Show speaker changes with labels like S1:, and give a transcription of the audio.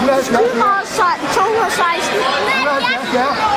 S1: yes, yes,
S2: Two
S1: yes.
S2: balls si- total size.
S1: Yes, yes, yes.